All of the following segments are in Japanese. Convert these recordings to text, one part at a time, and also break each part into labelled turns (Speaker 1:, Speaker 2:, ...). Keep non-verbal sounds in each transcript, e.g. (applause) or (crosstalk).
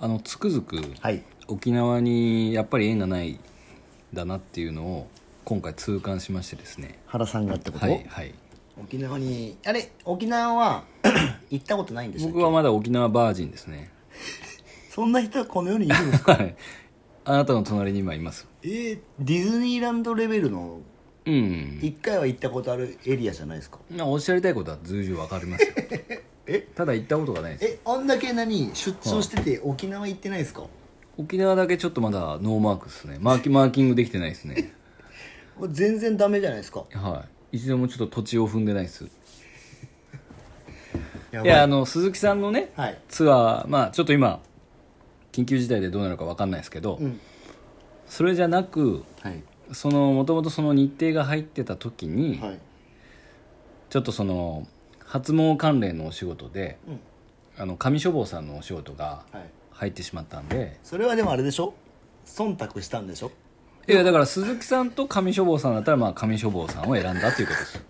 Speaker 1: あのつくづく
Speaker 2: はい
Speaker 1: 沖縄にやっぱり縁がないんだなっていうのを今回痛感しましてですね
Speaker 2: 原さんがってこと、
Speaker 1: はいはい
Speaker 2: 沖縄にあれ沖縄は (clears throat) 行ったことないんでしたっけ
Speaker 1: 僕はまだ沖縄バージンですね
Speaker 2: そんな人はこの (laughs) 世にいるんです
Speaker 1: (laughs)
Speaker 2: か
Speaker 1: はいあなたの隣に今います
Speaker 2: えーディズニーランドレベルの
Speaker 1: うん
Speaker 2: 一回は行ったことあるエリアじゃないですか
Speaker 1: まあおっしゃりたいことは随分わかります (laughs) よ
Speaker 2: え
Speaker 1: ただ行ったことがないです
Speaker 2: えあんだけ何出張してて沖縄行ってないですか
Speaker 1: 沖縄だけちょっとまだノーマークですねマーキマーキングできてないですね
Speaker 2: これ全然ダメじゃないですか
Speaker 1: はい一度もちょっと土地を踏んでないです
Speaker 2: や
Speaker 1: いやあの鈴木さんのね
Speaker 2: はい
Speaker 1: ツアーまあちょっと今緊急事態でどうなるかわかんないですけど、
Speaker 2: うん
Speaker 1: それじゃなく
Speaker 2: はい
Speaker 1: そのもともとその日程が入ってた時に、
Speaker 2: はい
Speaker 1: ちょっとその発毛関連のお仕事で
Speaker 2: うん
Speaker 1: あの上処方さんのお仕事が
Speaker 2: はい
Speaker 1: 入ってしまったんで
Speaker 2: それはでもあれでしょ忖度したんでしょ
Speaker 1: いやだから鈴木さんと上処方さんだったらまあ上処方さんを選んだっていうことです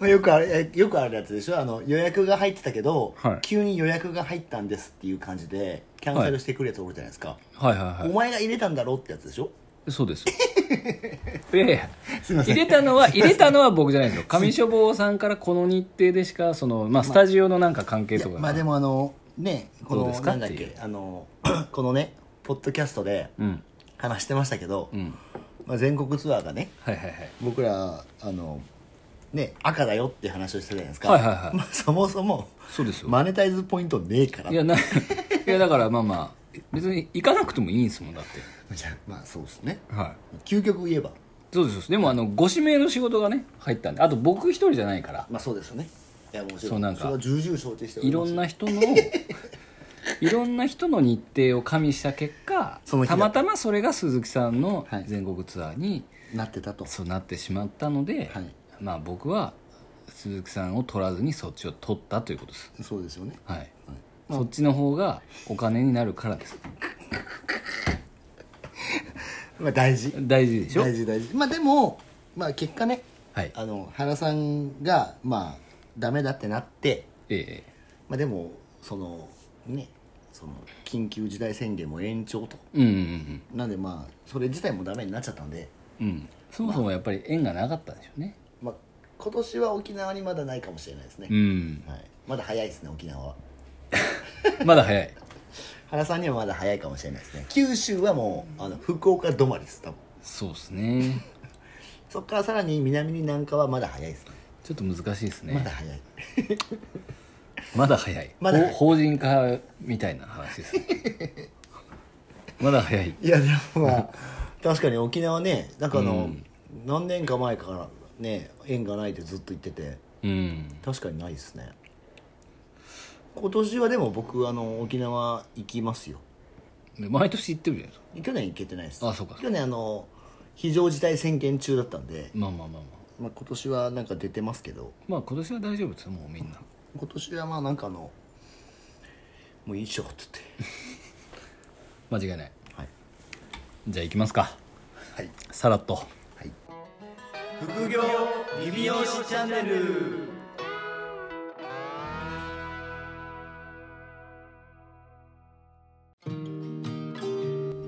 Speaker 2: まあよくあれえよくあるやつでしょあの予約が入ってたけど、
Speaker 1: はい
Speaker 2: 急に予約が入ったんですっていう感じでキャンセルしてくるやつおるじゃないですか、
Speaker 1: はいはいは
Speaker 2: お前が入れたんだろってやつでしょ
Speaker 1: いそうです (laughs) いやいや
Speaker 2: すいませ
Speaker 1: 入
Speaker 2: ん
Speaker 1: れたのは入れたのは僕じゃないですよ上処方さんからこの日程でしかその、まあ、スタジオのなんか関係と
Speaker 2: い
Speaker 1: か
Speaker 2: やまあでもあのねこ
Speaker 1: どう
Speaker 2: の
Speaker 1: ですか
Speaker 2: なんだっ
Speaker 1: ってい
Speaker 2: け
Speaker 1: う
Speaker 2: あの (clears throat) このねポッドキャストで
Speaker 1: うん
Speaker 2: 話してましたけど、
Speaker 1: うん
Speaker 2: まあ、全国ツアーがね
Speaker 1: はいはいはい
Speaker 2: 僕らあのね赤だよって話をしてたじゃないですか、
Speaker 1: はいはいはい
Speaker 2: (laughs) まあ、そもそも
Speaker 1: そうですよ
Speaker 2: マネタイズポイントねえから
Speaker 1: いやないやだからまあまあ別に行かなくてもいいんですもんだって
Speaker 2: じゃあまあそうですね
Speaker 1: はい
Speaker 2: 究極言えば
Speaker 1: そうですそうですでもあのご指名の仕事がね入ったんであと僕一人じゃないから
Speaker 2: まあそうですよねいやもち
Speaker 1: そ
Speaker 2: ろ
Speaker 1: うんなん
Speaker 2: そ
Speaker 1: か
Speaker 2: れは重々承知しており
Speaker 1: い
Speaker 2: ま
Speaker 1: ろ
Speaker 2: す
Speaker 1: んな人のいろんな人の日程を加味した結果
Speaker 2: その日
Speaker 1: た
Speaker 2: だ
Speaker 1: またまそれが鈴木さんの
Speaker 2: はい
Speaker 1: 全国ツアーに
Speaker 2: なってたと
Speaker 1: そうなってしまったので、
Speaker 2: はい
Speaker 1: まあ僕は鈴木さんを取らずにそっちを取ったということです
Speaker 2: そうですよね
Speaker 1: はい、
Speaker 2: はい
Speaker 1: そっちの方がお金になるからです
Speaker 2: まあ大事
Speaker 1: 大事でしょ
Speaker 2: 大事大事まあでもまあ結果ね
Speaker 1: はい
Speaker 2: あの原さんがまあダメだってなって
Speaker 1: え
Speaker 2: まあでもそのねその緊急事態宣言も延長と
Speaker 1: えうんうん
Speaker 2: なんでまあそれ自体もダメになっちゃったんで
Speaker 1: うんうんそもそもやっぱり縁がなかったんでしょうね
Speaker 2: まあ今年は沖縄にまだないかもしれないですね
Speaker 1: う、ん
Speaker 2: はい、まだ早いですね沖縄は
Speaker 1: まだ早い
Speaker 2: 原さんにはまだ早いかもしれないですね九州はもうあの福岡止まりです多分
Speaker 1: そうですね
Speaker 2: そっからさらに南に南下はまだ早いですね
Speaker 1: ちょっと難しいですね
Speaker 2: まだ早い
Speaker 1: まだ早い
Speaker 2: まだ早い
Speaker 1: ほ法人化みたいな話ですねまだ早い
Speaker 2: いやでも
Speaker 1: (laughs)
Speaker 2: まあ確かに沖縄ねなんかあの、
Speaker 1: うん
Speaker 2: 何年か前からね縁がないってずっと言ってて
Speaker 1: うん
Speaker 2: 確かにないですね今年はでも僕あの沖縄行きますよ
Speaker 1: で毎年行ってるじゃないですか
Speaker 2: 去年行けてないです
Speaker 1: あそうか
Speaker 2: 去年あの非常事態宣言中だったんで、
Speaker 1: まあまあまあまあ
Speaker 2: まあ、今年はなんか出てますけど
Speaker 1: まあ今年は大丈夫ですよもうみんな
Speaker 2: 今年はまあなんかあのもういいっしょっつって
Speaker 1: 間違いない
Speaker 2: はい
Speaker 1: じゃあ行きますか
Speaker 2: はい
Speaker 1: さらっと
Speaker 2: はい
Speaker 3: 副業リビオシチャンネル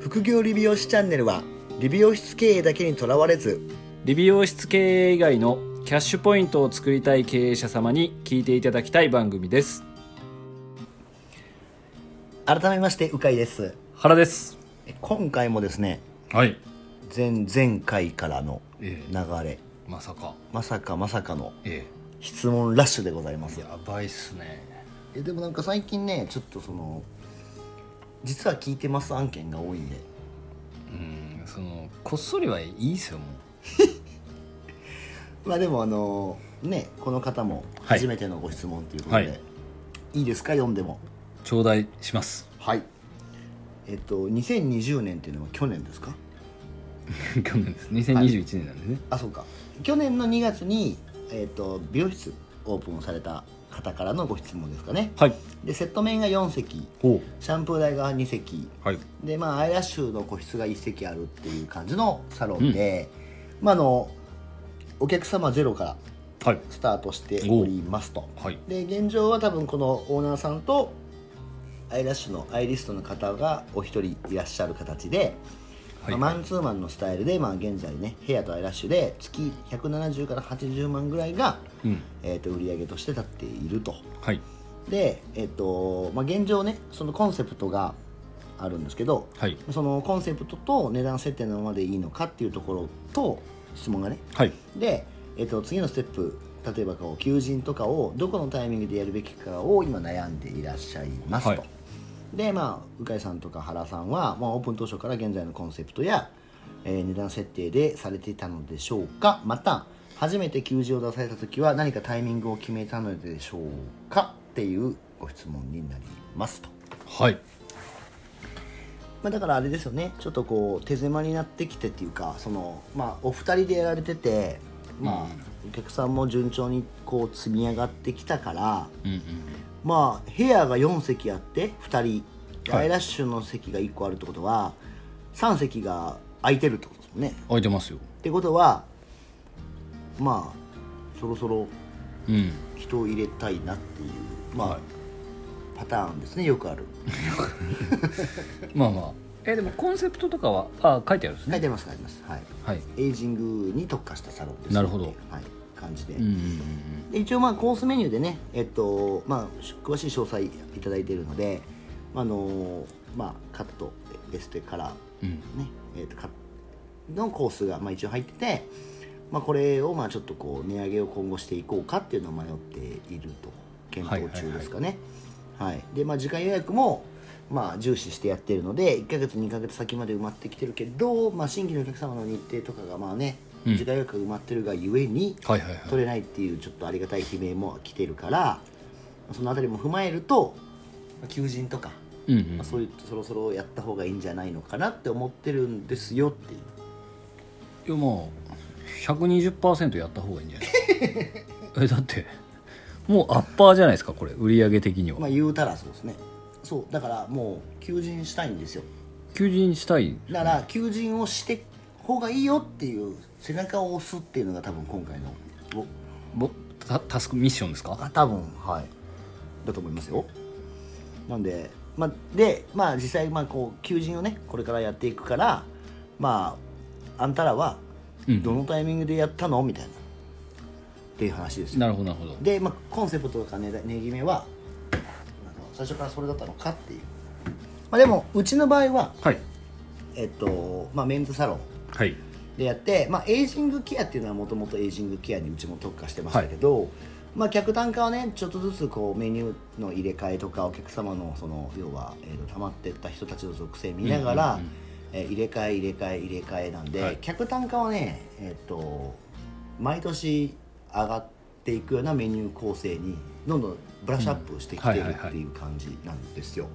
Speaker 2: 副業理美容師チャンネルは理美容室経営だけにとらわれず
Speaker 1: 理美容室経営以外のキャッシュポイントを作りたい経営者様に聞いていただきたい番組です
Speaker 2: 改めましてうかいです
Speaker 1: 原です
Speaker 2: え今回もですね
Speaker 1: はい
Speaker 2: 前々回からの流
Speaker 1: ええ
Speaker 2: れ
Speaker 1: まさか
Speaker 2: まさかまさかの
Speaker 1: え
Speaker 2: 質問ラッシュでございま
Speaker 1: え
Speaker 2: す
Speaker 1: やばいっすね
Speaker 2: えでもなんか最近ねちょっとその実は聞いてます案件が多いんで
Speaker 1: うんそのこっそりはいいっすよも
Speaker 2: まあでもあのねこの方も
Speaker 1: はい
Speaker 2: 初めてのご質問ということで、
Speaker 1: はい
Speaker 2: い、いですか読んでも
Speaker 1: う頂戴します (laughs)
Speaker 2: はいえっと2020年っていうのは去年ですか
Speaker 1: 去年です2021年なんでね、
Speaker 2: あそうか去年の2月に、えー、と美容室オープンされた方からのご質問ですかね
Speaker 1: はい
Speaker 2: でセット面が4席
Speaker 1: お
Speaker 2: シャンプー台が2席
Speaker 1: はい
Speaker 2: でまあアイラッシュの個室が1席あるっていう感じのサロンで、まああのお客様ゼロから
Speaker 1: はい
Speaker 2: スタートしておりますと
Speaker 1: はい
Speaker 2: で現状は多分このオーナーさんとアイラッシュのアイリストの方がお一人いらっしゃる形で、
Speaker 1: はい
Speaker 2: まあマンツーマンのスタイルで、まあ、現在ねヘアとアイラッシュで月170から80万ぐらいが、
Speaker 1: うん
Speaker 2: えー、と売り上げとして立っていると
Speaker 1: はい
Speaker 2: で、えっとまあ、現状ねそのコンセプトがあるんですけど
Speaker 1: はい
Speaker 2: そのコンセプトと値段設定のままでいいのかっていうところと質問がね
Speaker 1: はい
Speaker 2: で、えっと、次のステップ例えばこう求人とかをどこのタイミングでやるべきかを今悩んでいらっしゃいますと、
Speaker 1: はい
Speaker 2: でまあ鵜飼さんとか原さんは、まあ、オープン当初から現在のコンセプトや、えー値段設定でされていたのでしょうかまた初めて求人を出された時は何かタイミングを決めたのでしょうかっていうご質問になりますと、
Speaker 1: はい
Speaker 2: まあ、だからあれですよねちょっとこう手狭になってきてっていうかその、まあ、お二人でやられててまあ、お客さんも順調にこう積み上がってきたから
Speaker 1: うんうん
Speaker 2: まあヘアが4席あって2人
Speaker 1: はい
Speaker 2: アイラッシュの席が1個あるってことは3席が空いてるってことですもんね
Speaker 1: 空いてますよ
Speaker 2: ってことはまあそろそろ
Speaker 1: うんよ
Speaker 2: 人を入れたいなっていうまあ、
Speaker 1: はい
Speaker 2: パターンですねよくある
Speaker 1: まあまあえでもコンセプトとかはあ書いてあるんです
Speaker 2: 書い
Speaker 1: ね
Speaker 2: てます書いてますはい
Speaker 1: はい
Speaker 2: エイジングに特化したサロンです
Speaker 1: なるほど
Speaker 2: はい感じで、
Speaker 1: うんうん
Speaker 2: で一応まあコースメニューでね、えっとまあ、し詳しい詳細いただいているので、まああのまあ、カットエステカラ
Speaker 1: うんうん
Speaker 2: ー、ねえっと、カのコースがまあ一応入ってて、まあ、これをまあちょっとこう値上げを今後していこうかっていうのを迷っていると検討中ですかね。はいでまあ、時間予約もまあ重視してやってるので1ヶ月2ヶ月先まで埋まってきてるけど、まあ、新規のお客様の日程とかがまあね
Speaker 1: うん
Speaker 2: 時間予約が埋まってるがゆえに、
Speaker 1: はいはいはい
Speaker 2: 取れないっていうちょっとありがたい悲鳴も来てるからそのあたりも踏まえるとまあ求人とか、
Speaker 1: うんう
Speaker 2: ま
Speaker 1: ん
Speaker 2: あ、そういうそろそろやった方がいいんじゃないのかなって思ってるんですよっていう
Speaker 1: いやまあ120%やった方がいいんじゃない (laughs) えだってもうアッパーじゃないですかこれ売り上げ的には、
Speaker 2: まあ言うたらそうですねそうだからもう求人したいんですよ
Speaker 1: 求人したい
Speaker 2: だから求人をして方がいいよっていう背中を押すっていうのが多分今回のお
Speaker 1: ぼタタスクミッションですか
Speaker 2: あ多分はいだと思いますよなんで、まあ、で、まあ、実際、まあ、こう求人をねこれからやっていくからまああんたらは
Speaker 1: うん
Speaker 2: どのタイミングでやったのみたいなっていう話ですよ
Speaker 1: なるほどなるほど
Speaker 2: で、まあ、コンセプトとかねねぎめはなんか最初からそれだったのかっていう、まあ、でもうちの場合は、
Speaker 1: はい
Speaker 2: えっとまあ、メンズサロン
Speaker 1: はい
Speaker 2: でやって、まあ、エイジングケアっていうのはもともとエイジングケアにうちも特化してましたけど、まあ、客単価はねちょっとずつこうメニューの入れ替えとかお客様のその要は、えー、と溜まってった人たちの属性見ながら、
Speaker 1: うんうんうん
Speaker 2: えー入れ替え入れ替え入れ替えなんで、
Speaker 1: はい
Speaker 2: 客単価はね、えっと毎年上がっていくようなメニュー構成にどんどんブラッシュアップしてきてる
Speaker 1: うんはいはいはい
Speaker 2: っていう感じなんですよ。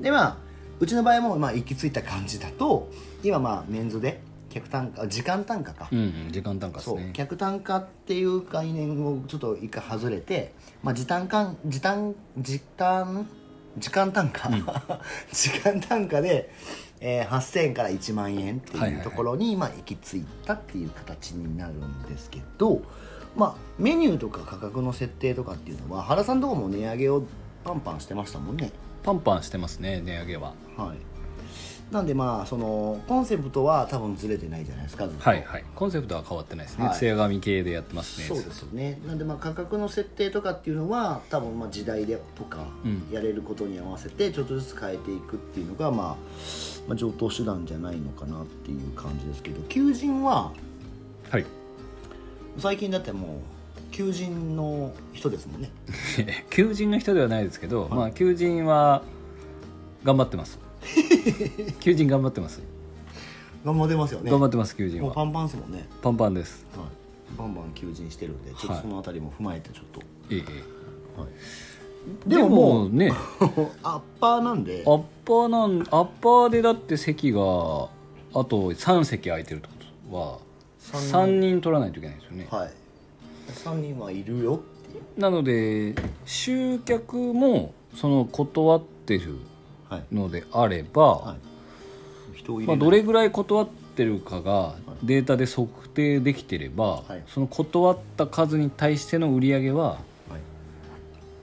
Speaker 2: でまあうちの場合もまあ行き着いた感じだと今まあメンズで客単価あ時間単価か、
Speaker 1: うんうん時間単価です
Speaker 2: そう
Speaker 1: ね
Speaker 2: 客単価っていう概念をちょっと一回外れて、まあ、時短間時短時短時間単価、 (laughs) 時間単価で、えー、8000円から1万円って
Speaker 1: はいはい
Speaker 2: い
Speaker 1: は
Speaker 2: う
Speaker 1: い
Speaker 2: ところに、まあ、行き着いたっていう形になるんですけど、まあ、メニューとか価格の設定とかっていうのは原さんとこも値上げをパンパンしてましたもんね。
Speaker 1: パンパンしてますね値上げは
Speaker 2: はい、なんでまあそのコンセプトは多分ずれてないじゃないですかずっと。
Speaker 1: はいはいコンセプトは変わってないですね
Speaker 2: はい
Speaker 1: 艶髪系でやってますね
Speaker 2: そうですよねなんでまあ価格の設定とかっていうのは多分まあ時代でとか
Speaker 1: うん
Speaker 2: やれることに合わせてちょっとずつ変えていくっていうのが、まあ、まあ上等手段じゃないのかなっていう感じですけど求人は
Speaker 1: はい
Speaker 2: 最近だってもう求人の人で
Speaker 1: (laughs)
Speaker 2: すもんね
Speaker 1: (laughs) 求人の人ではないですけど、まあ求人は頑張って (laughs) ます求人頑張ってます、
Speaker 2: 頑張ってますよね
Speaker 1: 頑張ってます求人
Speaker 2: もう
Speaker 1: は
Speaker 2: パンパンですもんね、
Speaker 1: パンパンです
Speaker 2: はい、バンバン求人してるんでちょっ
Speaker 1: は
Speaker 2: と
Speaker 1: い
Speaker 2: そのあたりも踏まえてちょっと、
Speaker 1: ええ
Speaker 2: はい
Speaker 1: で
Speaker 2: で
Speaker 1: も
Speaker 2: も
Speaker 1: も
Speaker 2: も
Speaker 1: うね
Speaker 2: (laughs) アッパーなんで
Speaker 1: アッパーなんアッパーでだって席があと3席空いてるってことは
Speaker 2: 三
Speaker 1: 3
Speaker 2: 人
Speaker 1: 人取らないといけないですよね、
Speaker 2: はい3人はいるよっていう
Speaker 1: なので集客もその断ってる
Speaker 2: はい
Speaker 1: のであれば、
Speaker 2: はい、人を入
Speaker 1: ま
Speaker 2: れ
Speaker 1: あ、
Speaker 2: な
Speaker 1: ど
Speaker 2: い
Speaker 1: れぐらい断ってるかがデータで測定できてれば、
Speaker 2: はい
Speaker 1: その断った数に対しての売り上げは
Speaker 2: はい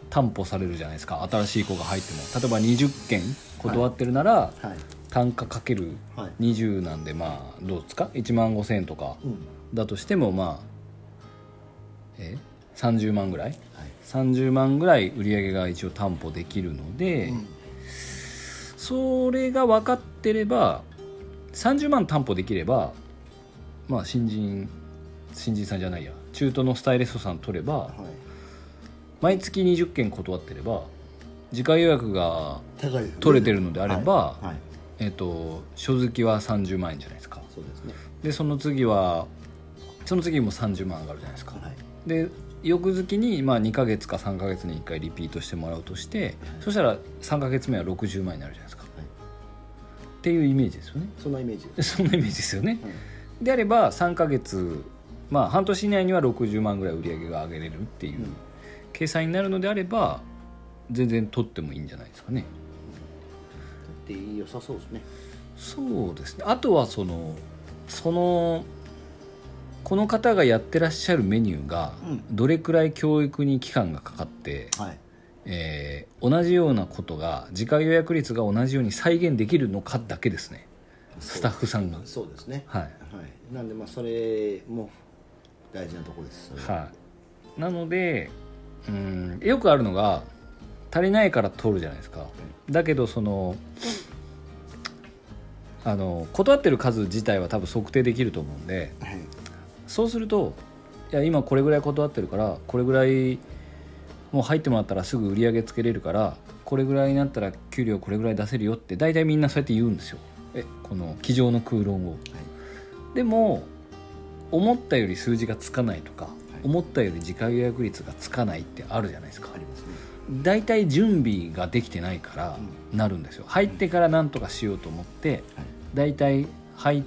Speaker 1: 担保されるじゃないですか新しい子が入っても例えば20件断ってるなら、
Speaker 2: はい
Speaker 1: 単価かける
Speaker 2: はい
Speaker 1: 20なんでまあどうですか1万5000円とか
Speaker 2: うん
Speaker 1: だとしてもまあえ30万ぐらい
Speaker 2: はい
Speaker 1: 30万ぐらい売り上げが一応担保できるので、
Speaker 2: うん
Speaker 1: それが分かってれば30万担保できればまあ新人新人さんじゃないや中途のスタイリストさん取れば
Speaker 2: はい
Speaker 1: 毎月20件断ってれば次回予約が
Speaker 2: 高いですね
Speaker 1: 取れてるのであれば、
Speaker 2: はいはい
Speaker 1: えっと書付きは30万円じゃないですか
Speaker 2: そうですね
Speaker 1: でその次はその次も30万上がるじゃないですか、
Speaker 2: はい
Speaker 1: で翌月にまあ2ヶ月か3ヶ月に1回リピートしてもらうとしてそしたら3ヶ月目は60万になるじゃないですか、
Speaker 2: い
Speaker 1: っていうイメージですよね
Speaker 2: そんなイメージ
Speaker 1: で
Speaker 2: です
Speaker 1: そんなイメージですよね
Speaker 2: はい
Speaker 1: であれば3ヶ月まあ半年以内には60万ぐらい売り上げが上げれるっていう
Speaker 2: うん
Speaker 1: 計算になるのであれば全然取ってもいいんじゃないですかね
Speaker 2: だって良さそうですね
Speaker 1: そうですねあとはそのそのこの方がやってらっしゃるメニューが
Speaker 2: うん
Speaker 1: どれくらい教育に期間がかかって、
Speaker 2: はい
Speaker 1: えー同じようなことが次回予約率が同じように再現できるのかだけですねスタッフさんが
Speaker 2: そうですね
Speaker 1: はい
Speaker 2: はいなんでまあそれも大事なところですそれは
Speaker 1: はい、なのでうんよくあるのが足りないから取るじゃないですかだけどそのあの断ってる数自体は多分測定できると思うんで
Speaker 2: はい
Speaker 1: そうするといや今これぐらい断ってるからこれぐらいもう入ってもらったらすぐ売り上げつけれるからこれぐらいになったら給料これぐらい出せるよって大体みんなそうやって言うんですよえこの机上の空論を、でも思ったより数字がつかないとか、思ったより次回予約率がつかないってあるじゃないですか
Speaker 2: ありますね
Speaker 1: 大体準備ができてないからなるんですよ入ってからなんとかしようと思って
Speaker 2: はい
Speaker 1: 大体入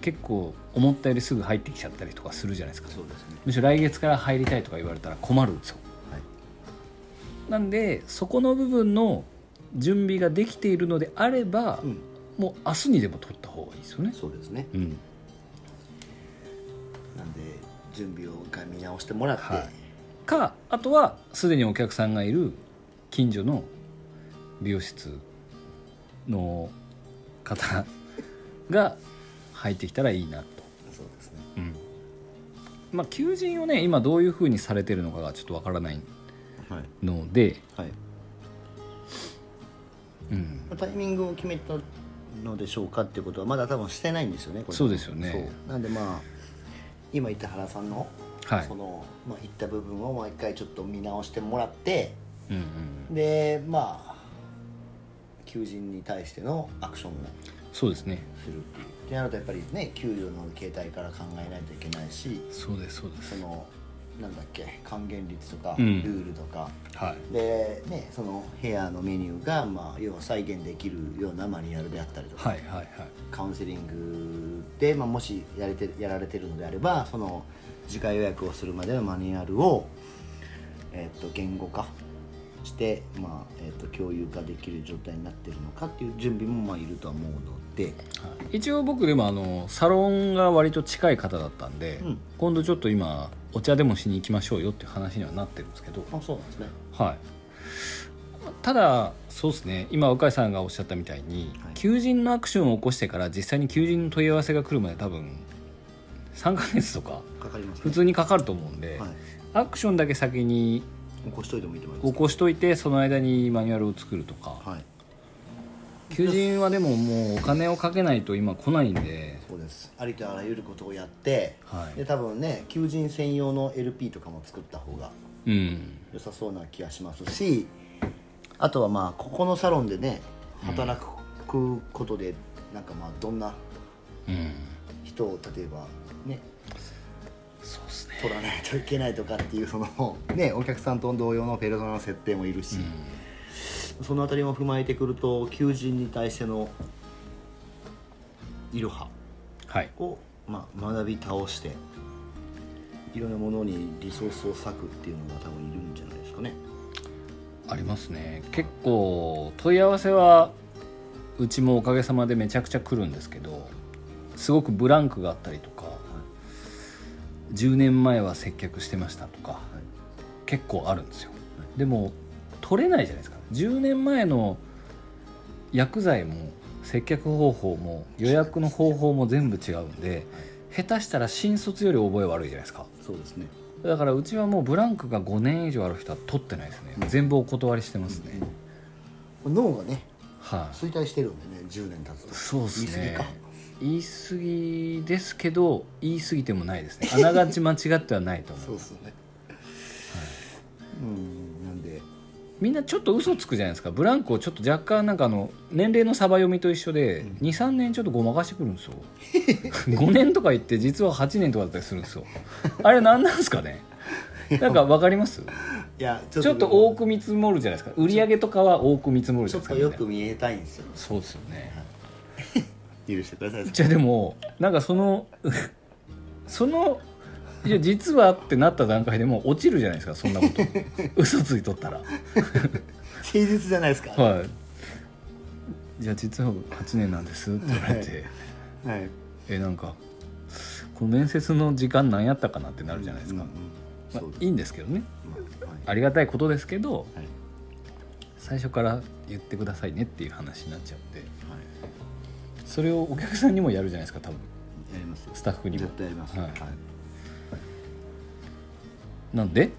Speaker 1: 結構思ったよりすぐ入ってきちゃったりとかするじゃないですか
Speaker 2: そうですね
Speaker 1: むしろ来月から入りたいとか言われたら困るんですよ
Speaker 2: はい
Speaker 1: なんでそこの部分の準備ができているのであれば、
Speaker 2: うん
Speaker 1: もう明日にでも取った方がいいですよね
Speaker 2: そうですね
Speaker 1: うん
Speaker 2: なんで準備を一回見直してもらって
Speaker 1: はいかあとはすでにお客さんがいる近所の美容室の方が入ってきたらいいなと、
Speaker 2: そうですね
Speaker 1: まあ求人をね今どういうふうにされてるのかがちょっとわからない
Speaker 2: はい
Speaker 1: ので、
Speaker 2: はい
Speaker 1: うん、
Speaker 2: タイミングを決めたのでしょうかっていうことはまだ多分してないんですよねこれ
Speaker 1: そうですよね
Speaker 2: そうなんでまあ今言った原さんの、
Speaker 1: はい
Speaker 2: その、まあ、言った部分をもう一回ちょっと見直してもらって
Speaker 1: うんうん、
Speaker 2: でまあ求人に対してのアクションを
Speaker 1: そうですね
Speaker 2: するっていうってなるとやっぱりね給料の形態から考えないといけないし
Speaker 1: そうですそうで
Speaker 2: そのなんだっけ還元率とか
Speaker 1: う
Speaker 2: ル
Speaker 1: ん
Speaker 2: ールとか、
Speaker 1: はい
Speaker 2: でねそのヘアのメニューが、まあ、要は再現できるようなマニュアルであったりとか、
Speaker 1: はいはいはい
Speaker 2: カウンセリングで、まあ、もしやれてやられてるのであればその次回予約をするまでのマニュアルを、えっと言語化して、まあえっと共有ができる状態になってるのかっていう準備もまあいるとは思うので、
Speaker 1: はい一応僕でもあのサロンが割と近い方だったんで、
Speaker 2: うん
Speaker 1: 今度ちょっと今お茶でもしに行きましょうよっていう話にはなってるんですけど、
Speaker 2: あそうなんですね
Speaker 1: はい、ただそうですね今若井さんがおっしゃったみたいに、
Speaker 2: はい
Speaker 1: 求人のアクションを起こしてから実際に求人の問い合わせが来るまで多分3ヶ月とか
Speaker 2: かかりますね
Speaker 1: 普通にかかると思うんで、
Speaker 2: はい、
Speaker 1: アクションだけ先に
Speaker 2: 起こしといてもいいと思います
Speaker 1: 起こしといてその間にマニュアルを作るとか
Speaker 2: はい
Speaker 1: 求人はでももうお金をかけないと今来ないんで、
Speaker 2: そうですありとあらゆることをやって
Speaker 1: は
Speaker 2: で多分ね求人専用の LP とかも作った方が
Speaker 1: い、うん
Speaker 2: 良さそうな気がしますしあとはまあここのサロンでね働くことで、なんかまあどんな
Speaker 1: うん
Speaker 2: 人を例えばね
Speaker 1: そうですね
Speaker 2: 取らないといけないとかっていうそのねお客さんと同様のペルソナの設定もいるし、そのあたりも踏まえてくると求人に対してのいろは
Speaker 1: はい
Speaker 2: を、まあ、学び倒していろんなものにリソースを割くっていうのが多分いるんじゃないですかね
Speaker 1: ありますね結構問い合わせはうちもおかげさまでめちゃくちゃ来るんですけどすごくブランクがあったりとか、10年前は接客してましたとか、結構あるんですよ、
Speaker 2: はい
Speaker 1: でも取れないじゃないですか10年前の薬剤も接客方法も予約の方法も全部違うんで下手したら新卒より覚え悪いじゃないですか
Speaker 2: そうですね
Speaker 1: だからうちはもうブランクが5年以上ある人は取ってないですね全部お断りしてますね、
Speaker 2: 脳がね
Speaker 1: はい、
Speaker 2: 衰退してるんでね10年経つと
Speaker 1: そうですね
Speaker 2: 言い過ぎか
Speaker 1: 言い過ぎですけど言い過ぎてもない
Speaker 2: (laughs)
Speaker 1: ですねあながち間違ってはないと思
Speaker 2: そう
Speaker 1: う
Speaker 2: ですよね、うんなんで
Speaker 1: みんなちょっと嘘つくじゃないですかブランクをちょっと若干なんかあの年齢のサバ読みと一緒で
Speaker 2: うん
Speaker 1: 23年ちょっとごまかしてくるんですよ (laughs) 5年とか言って実は8年とかだったりするんですよあれ何なんですかねなんか分かり
Speaker 2: (laughs)
Speaker 1: ます
Speaker 2: いやち
Speaker 1: ちょっと多く見積もるじゃないですか売り上げとかは多く見積もるじ
Speaker 2: ち
Speaker 1: ゃ
Speaker 2: ょ
Speaker 1: ない
Speaker 2: っ
Speaker 1: ですか
Speaker 2: とよ
Speaker 1: み
Speaker 2: く
Speaker 1: んな
Speaker 2: 見えたいんですよ
Speaker 1: そうですよね
Speaker 2: 許してください
Speaker 1: じゃあでもなんかその (laughs) そのいや実はってなった段階でもう落ちるじゃないですかそんな
Speaker 2: (laughs)
Speaker 1: こと嘘ついとったら
Speaker 2: 誠実じゃないですかは
Speaker 1: はいじゃあ実は8年なんですって言われて
Speaker 2: い、はい、
Speaker 1: えなんかこの面接の時間何やったかなってなるじゃないですか、
Speaker 2: うんうん
Speaker 1: まあ
Speaker 2: そうです
Speaker 1: いいんですけどね
Speaker 2: まあ
Speaker 1: ありがたいことですけど
Speaker 2: はい
Speaker 1: 最初から言ってくださいねっていう話になっちゃって
Speaker 2: はい
Speaker 1: それをお客さんにもやるじゃないですか多分
Speaker 2: やりますよ
Speaker 1: スタッフにも
Speaker 2: 絶対やりますよ
Speaker 1: はい
Speaker 2: はい
Speaker 1: なんで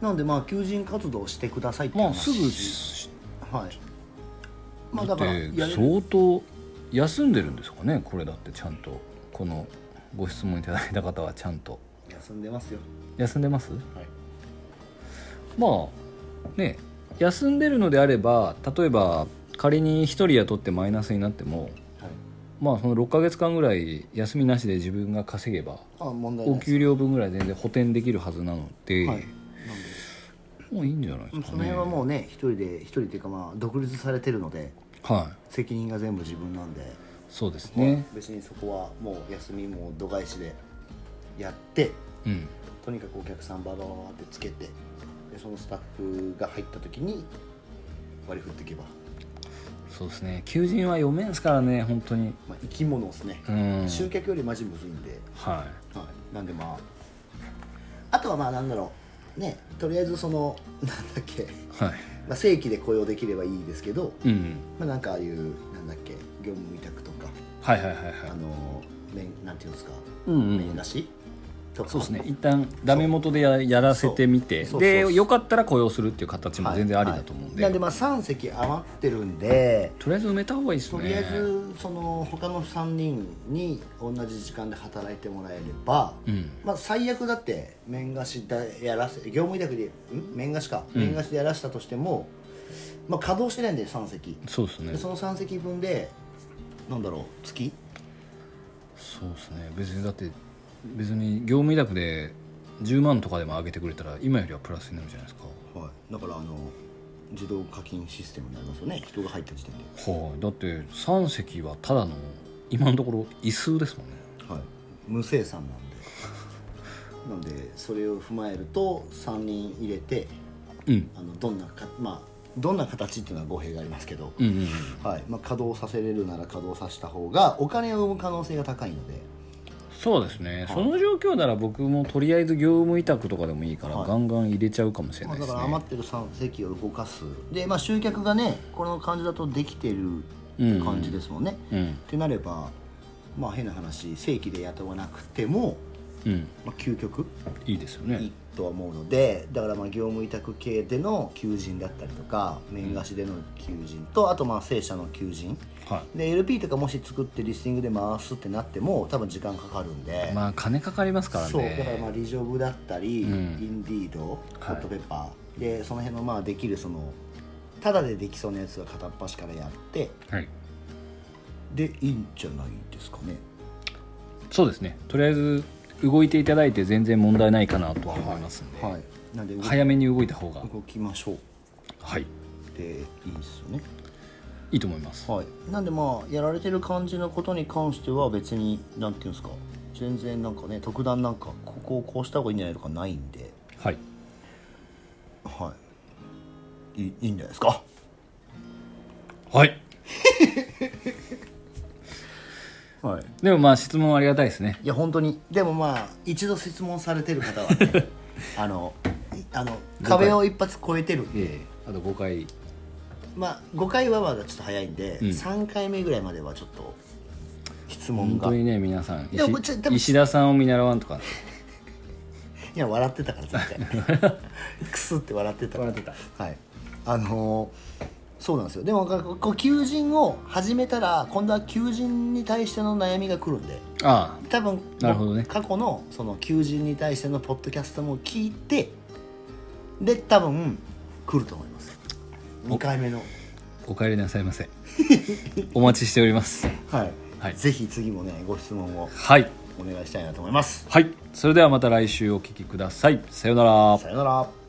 Speaker 2: なんでまあ求人活動をしてくださいって
Speaker 1: まあ
Speaker 2: 話
Speaker 1: すぐし
Speaker 2: はいまあ
Speaker 1: だ
Speaker 2: だ
Speaker 1: っ
Speaker 2: から
Speaker 1: て
Speaker 2: やれる
Speaker 1: 相当休んでるんですかねこれだってちゃんとこのご質問いただいた方はちゃんと
Speaker 2: 休んでますよ
Speaker 1: 休んでます
Speaker 2: はい
Speaker 1: まあね休んでるのであれば例えば仮に1人雇ってマイナスになっても
Speaker 2: はい
Speaker 1: まあその6ヶ月間ぐらい休みなしで自分が稼げば
Speaker 2: あ問題ない
Speaker 1: お
Speaker 2: です
Speaker 1: 給料分ぐらい全然補填できるはずなので、
Speaker 2: はいなんで
Speaker 1: もういいんじゃないですか
Speaker 2: そ
Speaker 1: ね
Speaker 2: の辺はもうね一人で一人っていうかまあ独立されてるので
Speaker 1: はい
Speaker 2: 責任が全部自分なんで、
Speaker 1: そうですね
Speaker 2: 別にそこはもう休みも度外視でやって
Speaker 1: うん
Speaker 2: とにかくお客さんババババってつけてでそのスタッフが入った時に割り振っていけば、
Speaker 1: そうですね求人は読めんすからね本当に
Speaker 2: まあ、生き物ですね、
Speaker 1: うん
Speaker 2: 集客よりマジむずいんで、
Speaker 1: はい
Speaker 2: はい、なんでまああとはまあなんだろうねとりあえずそのなんだっけ、
Speaker 1: はい。
Speaker 2: まあ、正規で雇用できればいいですけど、
Speaker 1: うん。
Speaker 2: まあ、なんかああいうなんだっけ業務委託とか、
Speaker 1: はいはいはいはい。
Speaker 2: あの面なんていうんですか
Speaker 1: うんう
Speaker 2: 面
Speaker 1: ん
Speaker 2: 出。しとか
Speaker 1: そうですね。一旦ダメ元でややらせてみて、
Speaker 2: そうそうそう
Speaker 1: で
Speaker 2: そう
Speaker 1: よかったら雇用するっていう形も
Speaker 2: はい
Speaker 1: 全然ありだと思うんで。
Speaker 2: はいなんでまあ3席余ってるんで
Speaker 1: とりあえず埋めた方がいいです
Speaker 2: と
Speaker 1: ね。
Speaker 2: りあえずその他の3人に同じ時間で働いてもらえれば、
Speaker 1: うん。
Speaker 2: まあ、最悪だって面貸しだやらせ業務委託でん面貸しか面貸しでやらせたとしても、まあ、稼働してないんで3席、
Speaker 1: そうですね
Speaker 2: で。その3席分でなんだろう月
Speaker 1: そうですね。別にだって別に業務委託で10万とかでも上げてくれたら今よりはプラスになるじゃないですか。
Speaker 2: はいだからあの自動課金システムになりますよね人が入った時点で
Speaker 1: はい。だって三席はただの今のところ椅子ですもんね。
Speaker 2: はい、無生産 (laughs) なんでなんでそれを踏まえると3人入れて
Speaker 1: うん。
Speaker 2: あのどんなかまあどんな形っていうのは語弊がありますけど、
Speaker 1: うんうんうん。
Speaker 2: はいまあ、稼働させれるなら稼働させた方がお金を生む可能性が高いので
Speaker 1: そうですね、その状況なら僕もとりあえず業務委託とかでもいいから、
Speaker 2: はい
Speaker 1: ガンガン入れちゃうかもしれな
Speaker 2: まあ、
Speaker 1: いです
Speaker 2: だか
Speaker 1: ね、
Speaker 2: ら余ってる3席を動かすで、まあ、集客がねこの感じだとできてる
Speaker 1: うん
Speaker 2: 感じですもんね、
Speaker 1: うん
Speaker 2: ってなればまあ変な話正規で雇わなくても、
Speaker 1: うん
Speaker 2: まあ、究極
Speaker 1: いいですよね
Speaker 2: いいとは思うのでだからまあ業務委託系での求人だったりとか面貸しでの求人とあとまあ正社の求人
Speaker 1: は
Speaker 2: で LP とかもし作ってリスティングで回すってなっても多分時間かかるんで、
Speaker 1: いまあ金かかりますからね
Speaker 2: そうだからまあリジョブだったり、
Speaker 1: うん
Speaker 2: インディードホ
Speaker 1: はい
Speaker 2: ットペッパー、でその辺のまあできるそのただでできそうなやつは片っ端からやって
Speaker 1: はい、
Speaker 2: でいいんじゃないですかね
Speaker 1: そうですねとりあえず動いていただいて全然問題ないかなとは思いますんで、
Speaker 2: はいなんで動
Speaker 1: 早めに動いた方が
Speaker 2: 動きましょう
Speaker 1: はい
Speaker 2: でいいですよね
Speaker 1: いいと思います、
Speaker 2: はい、なんでまあやられてる感じのことに関しては別になんていうんですか全然なんかね特段なんかここをこうした方がいいんじゃないとかないんで
Speaker 1: はい、
Speaker 2: はいいいいいんじゃないですか
Speaker 1: はい、
Speaker 2: はい
Speaker 1: でもまあ質問ありがたいですね (laughs)
Speaker 2: いや本当にでもまあ一度質問されてる方はねあのいあの壁を一発超えてるんで、
Speaker 1: ええあと5回
Speaker 2: まあ、5回はまだちょっと早いんで、
Speaker 1: うん
Speaker 2: 3回目ぐらいまではちょっと質問
Speaker 1: 本
Speaker 2: が
Speaker 1: 当
Speaker 2: い
Speaker 1: にね皆さん
Speaker 2: いやもうちょ
Speaker 1: 石
Speaker 2: でも
Speaker 1: 石田さんを見習わんとか
Speaker 2: や笑ってたから絶
Speaker 1: (laughs)
Speaker 2: 対クスって笑ってたから
Speaker 1: 笑って
Speaker 2: はいあのーそうなんですよでもこう求人を始めたら今度は求人に対しての悩みが来るんで
Speaker 1: あ
Speaker 2: 多分
Speaker 1: なるほどね
Speaker 2: 過去のその求人に対してのポッドキャストも聞いてで多分来ると思います2回目の
Speaker 1: あお帰りなさいませお待ちしております
Speaker 2: はい、
Speaker 1: はい
Speaker 2: ぜひ次もねご質問を
Speaker 1: はい
Speaker 2: お願いしたいなと思います
Speaker 1: はいそれではまた来週お聞きくださいさようなら
Speaker 2: さよなら